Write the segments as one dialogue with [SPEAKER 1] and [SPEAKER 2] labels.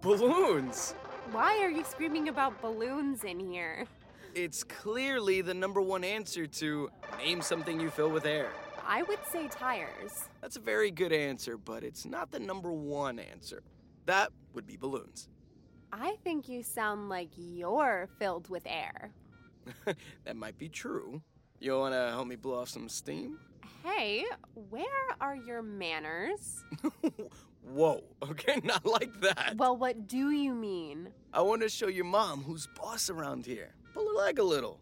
[SPEAKER 1] balloons.
[SPEAKER 2] Why are you screaming about balloons in here?
[SPEAKER 1] It's clearly the number one answer to name something you fill with air.
[SPEAKER 2] I would say tires.
[SPEAKER 1] That's a very good answer, but it's not the number one answer. That would be balloons.
[SPEAKER 2] I think you sound like you're filled with air.
[SPEAKER 1] that might be true. You wanna help me blow off some steam?
[SPEAKER 2] Hey, where are your manners?
[SPEAKER 1] Whoa, okay, not like that.
[SPEAKER 2] Well, what do you mean?
[SPEAKER 1] I wanna show your mom who's boss around here. Pull her leg a little.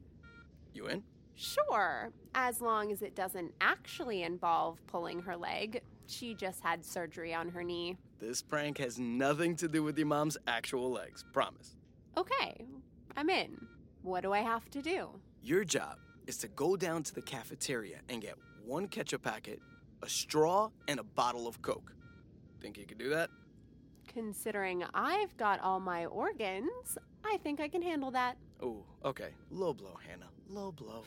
[SPEAKER 1] You in?
[SPEAKER 2] Sure, as long as it doesn't actually involve pulling her leg. She just had surgery on her knee.
[SPEAKER 1] This prank has nothing to do with your mom's actual legs, promise.
[SPEAKER 2] Okay, I'm in. What do I have to do?
[SPEAKER 1] Your job is to go down to the cafeteria and get one ketchup packet, a straw, and a bottle of Coke. Think you could do that?
[SPEAKER 2] Considering I've got all my organs, I think I can handle that.
[SPEAKER 1] Oh, okay. Low blow, Hannah. Low blow.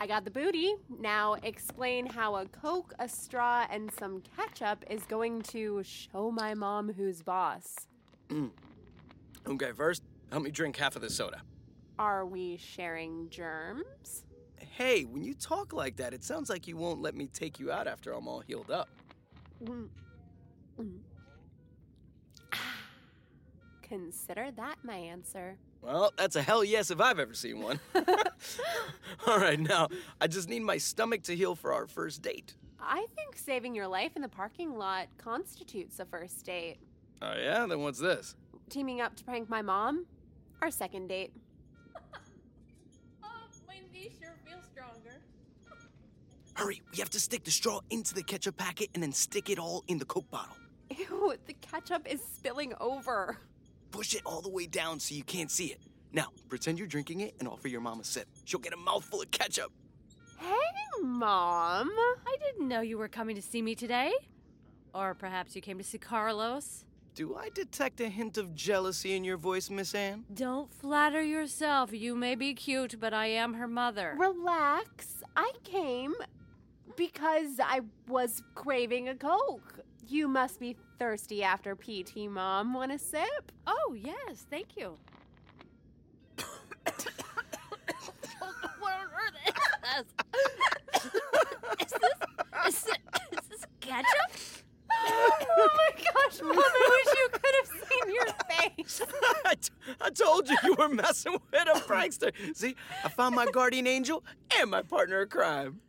[SPEAKER 2] I got the booty. Now explain how a Coke, a straw, and some ketchup is going to show my mom who's boss.
[SPEAKER 1] okay, first, help me drink half of the soda.
[SPEAKER 2] Are we sharing germs?
[SPEAKER 1] Hey, when you talk like that, it sounds like you won't let me take you out after I'm all healed up.
[SPEAKER 2] Consider that my answer.
[SPEAKER 1] Well, that's a hell yes if I've ever seen one. all right, now, I just need my stomach to heal for our first date.
[SPEAKER 2] I think saving your life in the parking lot constitutes a first date.
[SPEAKER 1] Oh, yeah? Then what's this?
[SPEAKER 2] Teaming up to prank my mom? Our second date.
[SPEAKER 3] Oh, my knee sure feels stronger.
[SPEAKER 1] Hurry, we have to stick the straw into the ketchup packet and then stick it all in the Coke bottle.
[SPEAKER 2] Ew, the ketchup is spilling over.
[SPEAKER 1] Push it all the way down so you can't see it. Now, pretend you're drinking it and offer your mom a sip. She'll get a mouthful of ketchup.
[SPEAKER 2] Hey, Mom.
[SPEAKER 3] I didn't know you were coming to see me today. Or perhaps you came to see Carlos.
[SPEAKER 1] Do I detect a hint of jealousy in your voice, Miss Anne?
[SPEAKER 3] Don't flatter yourself. You may be cute, but I am her mother.
[SPEAKER 2] Relax. I came because I was craving a Coke. You must be thirsty after PT, Mom. Want a sip?
[SPEAKER 3] oh, yes, thank you. what on earth is this? is this, is this, is this ketchup?
[SPEAKER 2] oh my gosh, Mom, I wish you could have seen your face.
[SPEAKER 1] I, t- I told you you were messing with a prankster. See, I found my guardian angel and my partner in crime.